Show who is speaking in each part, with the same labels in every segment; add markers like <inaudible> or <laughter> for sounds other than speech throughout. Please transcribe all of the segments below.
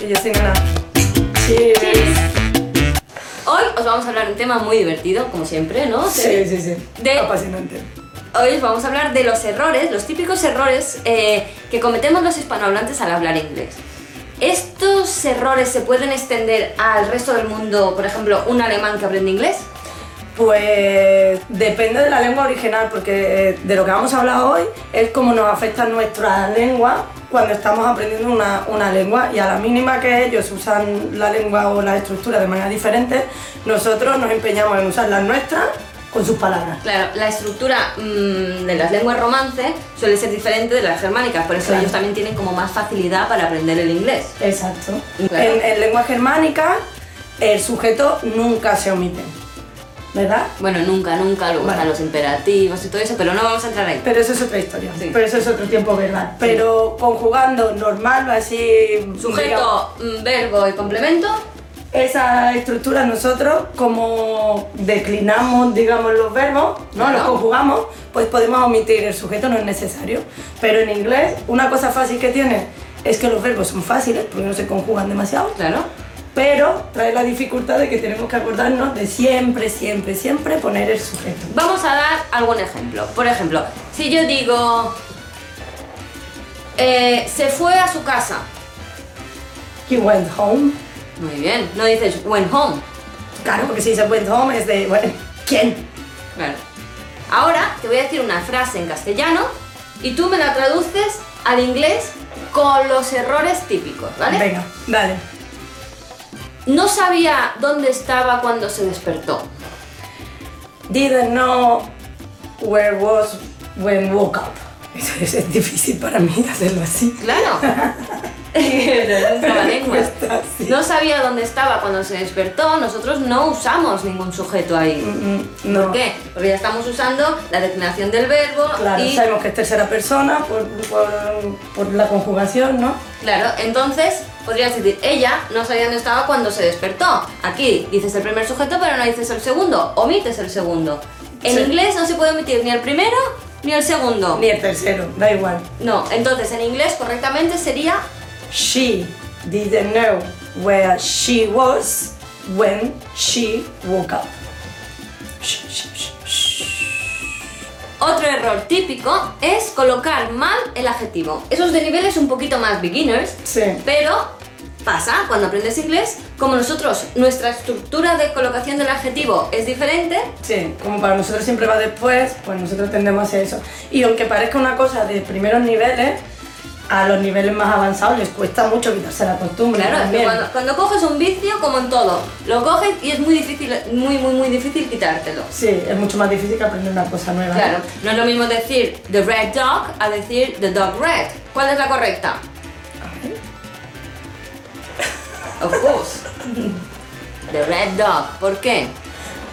Speaker 1: Que yo soy una. Cheers.
Speaker 2: Hoy os vamos a hablar de un tema muy divertido, como siempre, ¿no?
Speaker 1: Sí, sí, sí.
Speaker 2: De-
Speaker 1: Apasionante.
Speaker 2: Hoy os vamos a hablar de los errores, los típicos errores eh, que cometemos los hispanohablantes al hablar inglés. ¿Estos errores se pueden extender al resto del mundo? Por ejemplo, un alemán que aprende inglés.
Speaker 1: Pues depende de la lengua original, porque eh, de lo que vamos a hablar hoy es cómo nos afecta nuestra lengua cuando estamos aprendiendo una, una lengua y a la mínima que ellos usan la lengua o la estructura de manera diferente, nosotros nos empeñamos en usar las nuestras con sus palabras.
Speaker 2: Claro, la estructura mm, de las lenguas romance suele ser diferente de las germánicas, por eso
Speaker 1: Claro.
Speaker 2: ellos también tienen como más facilidad para aprender el inglés.
Speaker 1: Exacto.
Speaker 2: Claro.
Speaker 1: En, en lengua germánica, el sujeto nunca se omite, ¿verdad?
Speaker 2: Bueno, nunca, nunca, luego
Speaker 1: Vale.
Speaker 2: están los imperativos y todo eso, pero no vamos a entrar ahí.
Speaker 1: Pero eso es otra historia,
Speaker 2: Sí.
Speaker 1: pero eso es otro tiempo verbal. Pero conjugando normal, así... digamos,
Speaker 2: Sujeto, mm, verbo y complemento.
Speaker 1: esa estructura nosotros, como declinamos, digamos, los verbos, ¿no?
Speaker 2: Claro.
Speaker 1: Los conjugamos, pues podemos omitir el sujeto, no es necesario. Pero en inglés, una cosa fácil que tiene es que los verbos son fáciles, porque no se conjugan demasiado.
Speaker 2: Claro.
Speaker 1: Pero trae la dificultad de que tenemos que acordarnos de siempre, siempre, siempre poner el sujeto.
Speaker 2: Vamos a dar algún ejemplo. Por ejemplo, si yo digo. eh, se fue a su casa.
Speaker 1: He went home.
Speaker 2: Muy bien. No dices went home.
Speaker 1: Claro, porque si dice went home es de, bueno, ¿quién?
Speaker 2: Claro. Ahora te voy a decir una frase en castellano y tú me la traduces al inglés con los errores típicos, ¿vale?
Speaker 1: Venga, dale.
Speaker 2: No sabía dónde estaba cuando se despertó.
Speaker 1: Didn't know where was when woke up. <laughs> Eso, eso es difícil para mí <laughs> hacerlo así. <laughs>
Speaker 2: Claro. Trabalenguas.
Speaker 1: Cuesta, sí.
Speaker 2: No sabía dónde estaba cuando se despertó. Nosotros no usamos ningún sujeto ahí.
Speaker 1: Mm, No.
Speaker 2: ¿Por qué? Porque ya estamos usando la declinación del verbo
Speaker 1: Claro,
Speaker 2: y
Speaker 1: sabemos que es tercera persona por, por- por la conjugación, ¿no?
Speaker 2: claro, entonces podrías decir ella no sabía dónde estaba cuando se despertó. Aquí dices el primer sujeto pero no dices el segundo, omites el segundo. En
Speaker 1: Sí.
Speaker 2: inglés no se puede omitir ni el primero ni el segundo.
Speaker 1: Ni el tercero, da igual.
Speaker 2: No, entonces en inglés correctamente sería
Speaker 1: She didn't know where she was when she woke up. Sh- sh- sh- sh.
Speaker 2: Otro error típico es colocar mal el adjetivo. Eso es de niveles un poquito más beginners,
Speaker 1: Sí.
Speaker 2: pero pasa cuando aprendes inglés, como nosotros, nuestra estructura de colocación del adjetivo es diferente,
Speaker 1: Sí, como para nosotros siempre va después, pues nosotros tendemos hacia eso. Y aunque parezca una cosa de primeros niveles, a los niveles más avanzados les cuesta mucho quitarse la costumbre.
Speaker 2: claro, es que
Speaker 1: también.
Speaker 2: cuando, cuando coges un vicio, como en todo, lo coges y es muy difícil, muy, muy, muy difícil quitártelo.
Speaker 1: Sí, es mucho más difícil que aprender una cosa nueva.
Speaker 2: Claro, no es lo mismo decir the red dog a decir the dog red. ¿Cuál es la correcta? Of course. The red dog. ¿Por qué?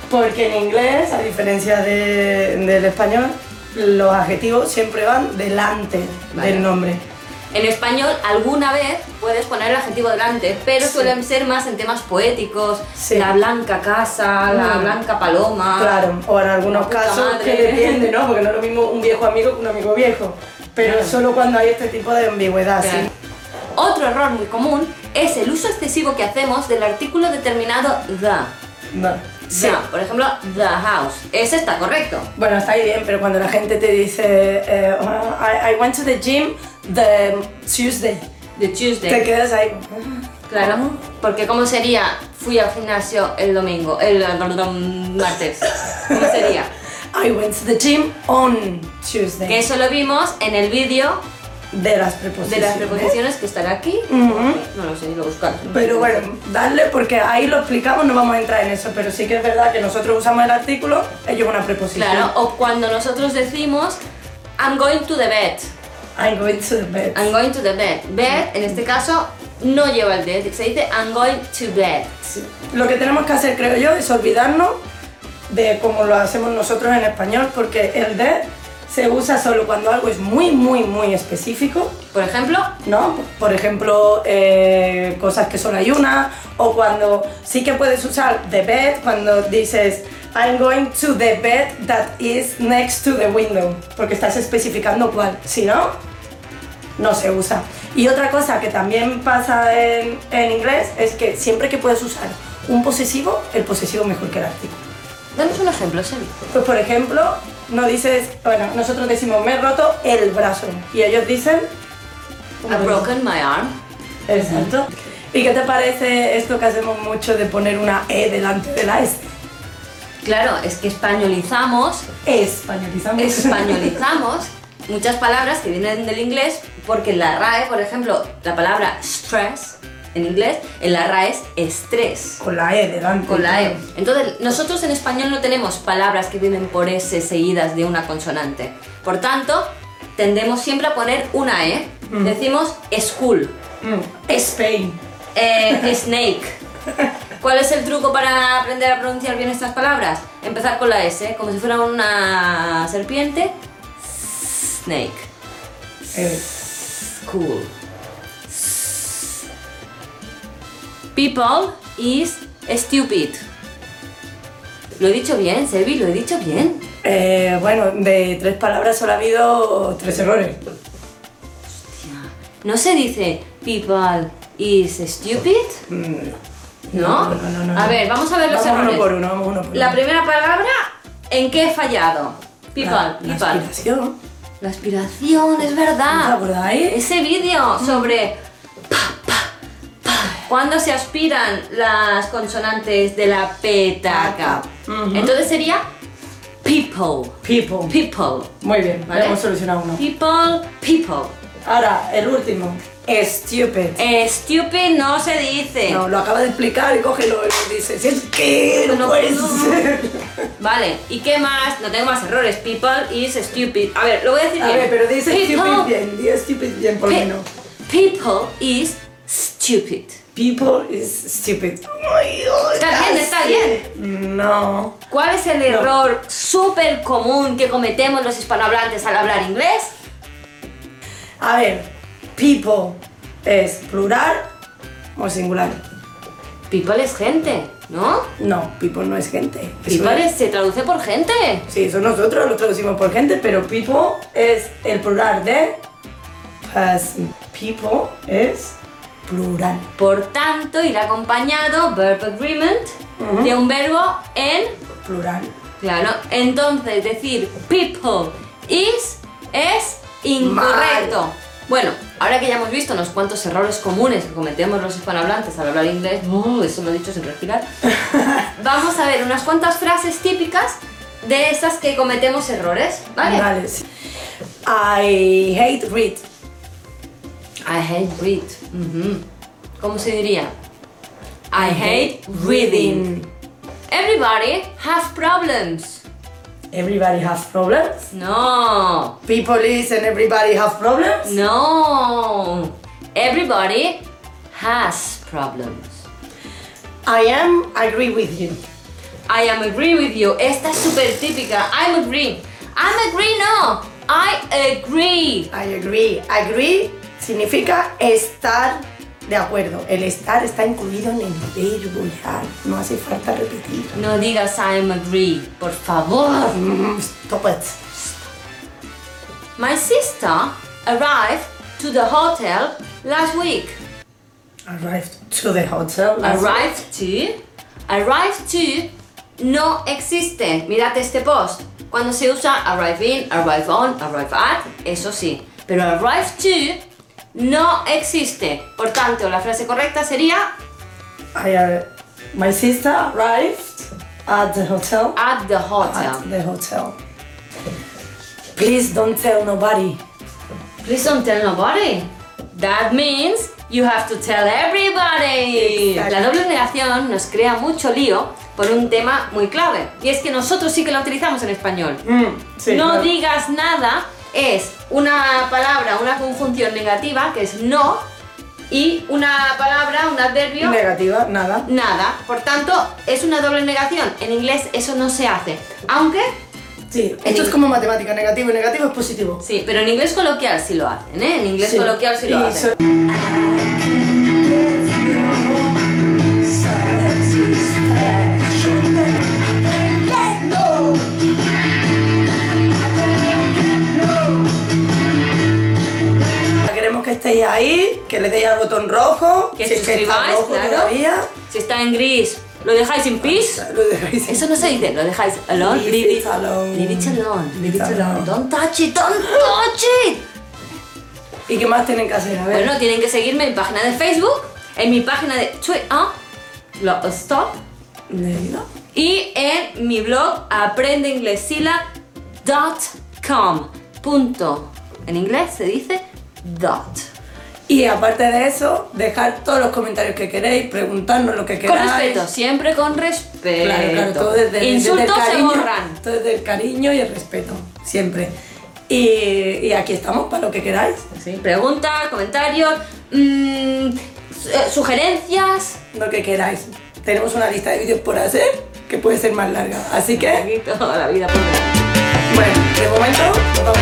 Speaker 1: Porque en inglés, a diferencia de- del español, los adjetivos siempre van delante
Speaker 2: Vale.
Speaker 1: del nombre.
Speaker 2: En español alguna vez puedes poner el adjetivo delante, pero
Speaker 1: Sí.
Speaker 2: suelen ser más en temas poéticos,
Speaker 1: Sí.
Speaker 2: la blanca casa, la
Speaker 1: Mm.
Speaker 2: blanca paloma.
Speaker 1: Claro, o en algunos
Speaker 2: Ah. Puta
Speaker 1: casos
Speaker 2: madre.
Speaker 1: que depende, ¿no? Porque no es lo mismo un viejo amigo que un amigo viejo. Pero
Speaker 2: Claro.
Speaker 1: solo cuando hay este tipo de ambigüedad,
Speaker 2: Claro.
Speaker 1: sí.
Speaker 2: Otro error muy común es el uso excesivo que hacemos del artículo determinado the.
Speaker 1: No. Sí.
Speaker 2: The, por ejemplo, the house. Ese está correcto.
Speaker 1: Bueno, está ahí bien, pero cuando la gente te dice, eh, I, I went to the gym the Tuesday,
Speaker 2: The Tuesday.
Speaker 1: te quedas ahí.
Speaker 2: Claro, porque ¿cómo sería fui al gimnasio el domingo, el perdón, martes? ¿Cómo
Speaker 1: <laughs>
Speaker 2: sería?
Speaker 1: I went to the gym on Tuesday.
Speaker 2: Que eso lo vimos en el vídeo
Speaker 1: De las preposiciones.
Speaker 2: de las preposiciones que estará aquí.
Speaker 1: Ujú.
Speaker 2: No lo sé, lo buscar.
Speaker 1: Pero bueno, darle porque ahí lo explicamos, no vamos a entrar en eso, pero sí que es verdad que nosotros usamos el artículo, ellos una preposición.
Speaker 2: Claro, o cuando nosotros decimos I'm going to the bed.
Speaker 1: I'm going to the bed.
Speaker 2: I'm going to the bed. Bed, en este caso, no lleva el dead, se dice I'm going to bed.
Speaker 1: Sí. Lo que tenemos que hacer, creo yo, es olvidarnos de cómo lo hacemos nosotros en español, porque el de se usa solo cuando algo es muy, muy, muy específico,
Speaker 2: Por ejemplo,
Speaker 1: ¿no? Por ejemplo, eh, cosas que solo hay una, o cuando sí que puedes usar the bed cuando dices I'm going to the bed that is next to the window, porque estás especificando cuál. Si no, no se usa. Y otra cosa que también pasa en, en inglés es que siempre que puedes usar un posesivo, el posesivo es mejor que el artículo.
Speaker 2: Danos un ejemplo, Semi.
Speaker 1: Pues por ejemplo, no dices, bueno, nosotros decimos me he roto el brazo y ellos dicen
Speaker 2: I broken my arm.
Speaker 1: Exacto. ¿Y qué te parece esto que hacemos mucho de poner una E delante de la S?
Speaker 2: Claro, es que españolizamos,
Speaker 1: Españolizamos.
Speaker 2: españolizamos muchas palabras que vienen del inglés porque en la RAE, por ejemplo, la palabra stress en inglés, en la RAE es estrés.
Speaker 1: Con la E delante.
Speaker 2: Con la E. Entonces, nosotros en español no tenemos palabras que vienen por S seguidas de una consonante. Por tanto, tendemos siempre a poner una E.
Speaker 1: Mm.
Speaker 2: Decimos school,
Speaker 1: Mm, Spain.
Speaker 2: <laughs> eh, snake. ¿Cuál es el truco para aprender a pronunciar bien estas palabras? Empezar con la S, como si fuera una serpiente. Snake.
Speaker 1: Eh,
Speaker 2: School. People is stupid. ¿Lo he dicho bien, Sebi? ¿Lo he dicho bien?
Speaker 1: eh, bueno, de tres palabras solo ha habido tres errores.
Speaker 2: Hostia. ¿No se dice people is stupid?
Speaker 1: Mm,
Speaker 2: ¿No?
Speaker 1: No, no, no, no,
Speaker 2: a
Speaker 1: no.
Speaker 2: ver, vamos a ver los
Speaker 1: vamos
Speaker 2: errores.
Speaker 1: uno por uno, vamos uno por
Speaker 2: La
Speaker 1: uno.
Speaker 2: primera palabra, ¿en qué he fallado? People,
Speaker 1: Ah, La-
Speaker 2: people.
Speaker 1: la
Speaker 2: Ah.
Speaker 1: aspiración.
Speaker 2: La aspiración, es
Speaker 1: ¿Os
Speaker 2: verdad.
Speaker 1: acordáis?
Speaker 2: Ese vídeo sobre pa, pa, pa, cuando se aspiran las consonantes de la petaca.
Speaker 1: Ujú.
Speaker 2: Entonces sería people,
Speaker 1: People.
Speaker 2: people.
Speaker 1: Muy bien,
Speaker 2: ¿Vale?
Speaker 1: hemos solucionado uno.
Speaker 2: People, people.
Speaker 1: Ahora, el último. Stupid.
Speaker 2: Eh, stupid no se dice.
Speaker 1: No, lo acaba de explicar y coge y lo y dice, si es que no,
Speaker 2: No
Speaker 1: puede
Speaker 2: puedo".
Speaker 1: ser".
Speaker 2: Vale, ¿y qué más? No tengo más errores. People is stupid. A ver, lo voy a decir
Speaker 1: A
Speaker 2: bien.
Speaker 1: ver, pero dice stupid
Speaker 2: People-
Speaker 1: bien, dice stupid bien por lo
Speaker 2: pe-
Speaker 1: menos.
Speaker 2: People is stupid.
Speaker 1: People is stupid. Ay, ay,
Speaker 2: Está bien, está
Speaker 1: casi. No.
Speaker 2: ¿Cuál es el error súper común que cometemos los hispanohablantes al hablar inglés?
Speaker 1: A ver, people es plural o singular.
Speaker 2: People es gente, ¿no?
Speaker 1: No, people no es gente. Eso
Speaker 2: People
Speaker 1: es-
Speaker 2: es- se traduce por gente.
Speaker 1: Sí, eso nosotros lo traducimos por gente, pero people es el plural de person. People es plural.
Speaker 2: Por tanto, irá acompañado verb agreement
Speaker 1: Ujú.
Speaker 2: de un verbo en.
Speaker 1: Plural.
Speaker 2: Claro, entonces decir people is es incorrecto. Bueno, ahora que ya hemos visto unos cuantos errores comunes que cometemos los hispanohablantes al hablar inglés, uh, eso lo he dicho sin
Speaker 1: <laughs>
Speaker 2: respirar, vamos a ver unas cuantas frases típicas de esas que cometemos errores, ¿vale?
Speaker 1: Vale, sí. I hate read.
Speaker 2: I hate read. Ujú. ¿Cómo se diría? Mm-hmm. I hate reading. Everybody has problems.
Speaker 1: Everybody has problems.
Speaker 2: No.
Speaker 1: People is and everybody have problems.
Speaker 2: No. Everybody has problems.
Speaker 1: I am agree with you.
Speaker 2: I am agree with you. Esta es súper típica. I'm agree. I'm agree no. I agree.
Speaker 1: I agree. Agree significa estar de acuerdo. El estar está incluido en el verbo ya. No hace falta repetir.
Speaker 2: No digas I'm agree, por favor.
Speaker 1: Mm, Stop it.
Speaker 2: My sister arrived to the hotel last week.
Speaker 1: Arrived to the hotel.
Speaker 2: Arrived to. Arrived to no existe. Mirad este post. Cuando se usa arrive in, arrive on, arrive at, eso sí. Pero arrive to no existe. Por tanto, la frase correcta sería
Speaker 1: I, ar- my sister arrived at the hotel.
Speaker 2: at the
Speaker 1: At
Speaker 2: hotel.
Speaker 1: the hotel. Please don't tell nobody.
Speaker 2: Please don't tell nobody. That means you have to tell everybody.
Speaker 1: Exacto.
Speaker 2: La doble negación nos crea mucho lío por un tema muy clave. Y es que nosotros sí que la utilizamos en español.
Speaker 1: Mm,
Speaker 2: no digas nada es una palabra, una conjunción negativa que es no y una palabra, un adverbio,
Speaker 1: Negativa, nada.
Speaker 2: nada. Por tanto, es una doble negación. En inglés eso no se hace. Aunque,
Speaker 1: Sí, esto es como matemática, negativo y negativo es positivo.
Speaker 2: sí, pero en inglés coloquial sí lo hacen, ¿eh? En inglés
Speaker 1: Sí.
Speaker 2: coloquial sí lo
Speaker 1: Y
Speaker 2: hacen.
Speaker 1: so- Queremos estéis ahí, que le deis al botón rojo,
Speaker 2: Que
Speaker 1: si es que está
Speaker 2: suscribáis,
Speaker 1: rojo
Speaker 2: claro.
Speaker 1: todavía,
Speaker 2: Si está en gris, ¿lo dejáis en peace?
Speaker 1: lo dejáis.
Speaker 2: Eso no se dice, lo dejáis alone,
Speaker 1: Leave
Speaker 2: leave
Speaker 1: it
Speaker 2: it
Speaker 1: alone.
Speaker 2: Leave it alone, leave it
Speaker 1: Leave it
Speaker 2: alone.
Speaker 1: alone.
Speaker 2: Don't touch it, don't touch it.
Speaker 1: ¿Y qué más tienen que hacer? A ver.
Speaker 2: Bueno, tienen que seguirme en mi página de Facebook, en mi página de Twitter, lo stop,
Speaker 1: Leído.
Speaker 2: y en mi blog aprendeinglesilab.com. Punto. En inglés se dice dot.
Speaker 1: Y aparte de eso, dejar todos los comentarios que queréis, preguntarnos lo que
Speaker 2: Con
Speaker 1: queráis.
Speaker 2: respeto, siempre con respeto.
Speaker 1: Claro, claro, todo desde, desde
Speaker 2: Insultos
Speaker 1: el cariño,
Speaker 2: se borran.
Speaker 1: Todo desde el cariño y el respeto, siempre. Y, y aquí estamos para lo que queráis.
Speaker 2: Sí, Preguntas, comentarios, mm, su- eh, sugerencias.
Speaker 1: Lo que queráis. Tenemos una lista de vídeos por hacer que puede ser más larga. Así que,
Speaker 2: Aquí toda la vida por delante.
Speaker 1: bueno, de momento nos vamos